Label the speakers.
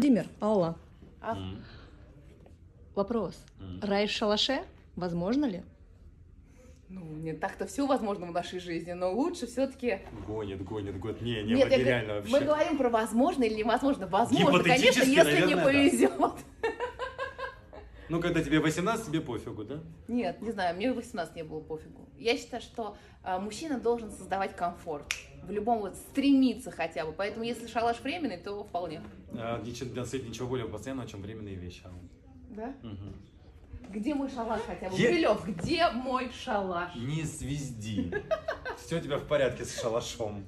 Speaker 1: Владимир, Алла,
Speaker 2: А-
Speaker 3: М,
Speaker 1: вопрос.
Speaker 3: м.
Speaker 1: Рай в шалаше? Возможно ли?
Speaker 2: Ну, не так-то все возможно в нашей жизни, но лучше все-таки...
Speaker 3: Гонит, гонит, гонит. Не, не, вот нереально вообще.
Speaker 2: мы говорим про возможно или невозможно. Возможно,
Speaker 3: Гипотетически,
Speaker 2: конечно, если не
Speaker 3: наверное, да.
Speaker 2: повезет.
Speaker 3: Ну, когда тебе 18, тебе пофигу, да?
Speaker 2: Нет, не знаю, мне 18 не было пофигу. Я считаю, что а, мужчина должен создавать комфорт. В любом вот стремиться хотя бы. Поэтому если шалаш временный, то вполне.
Speaker 3: А, ничего, для нас нет ничего более постоянного, чем временные вещи. Алла.
Speaker 2: Да?
Speaker 3: Мгм.
Speaker 2: Где мой шалаш хотя бы?
Speaker 3: Е-
Speaker 2: Крылёв, где мой шалаш?
Speaker 3: Не звезди. Все у тебя в порядке с шалашом.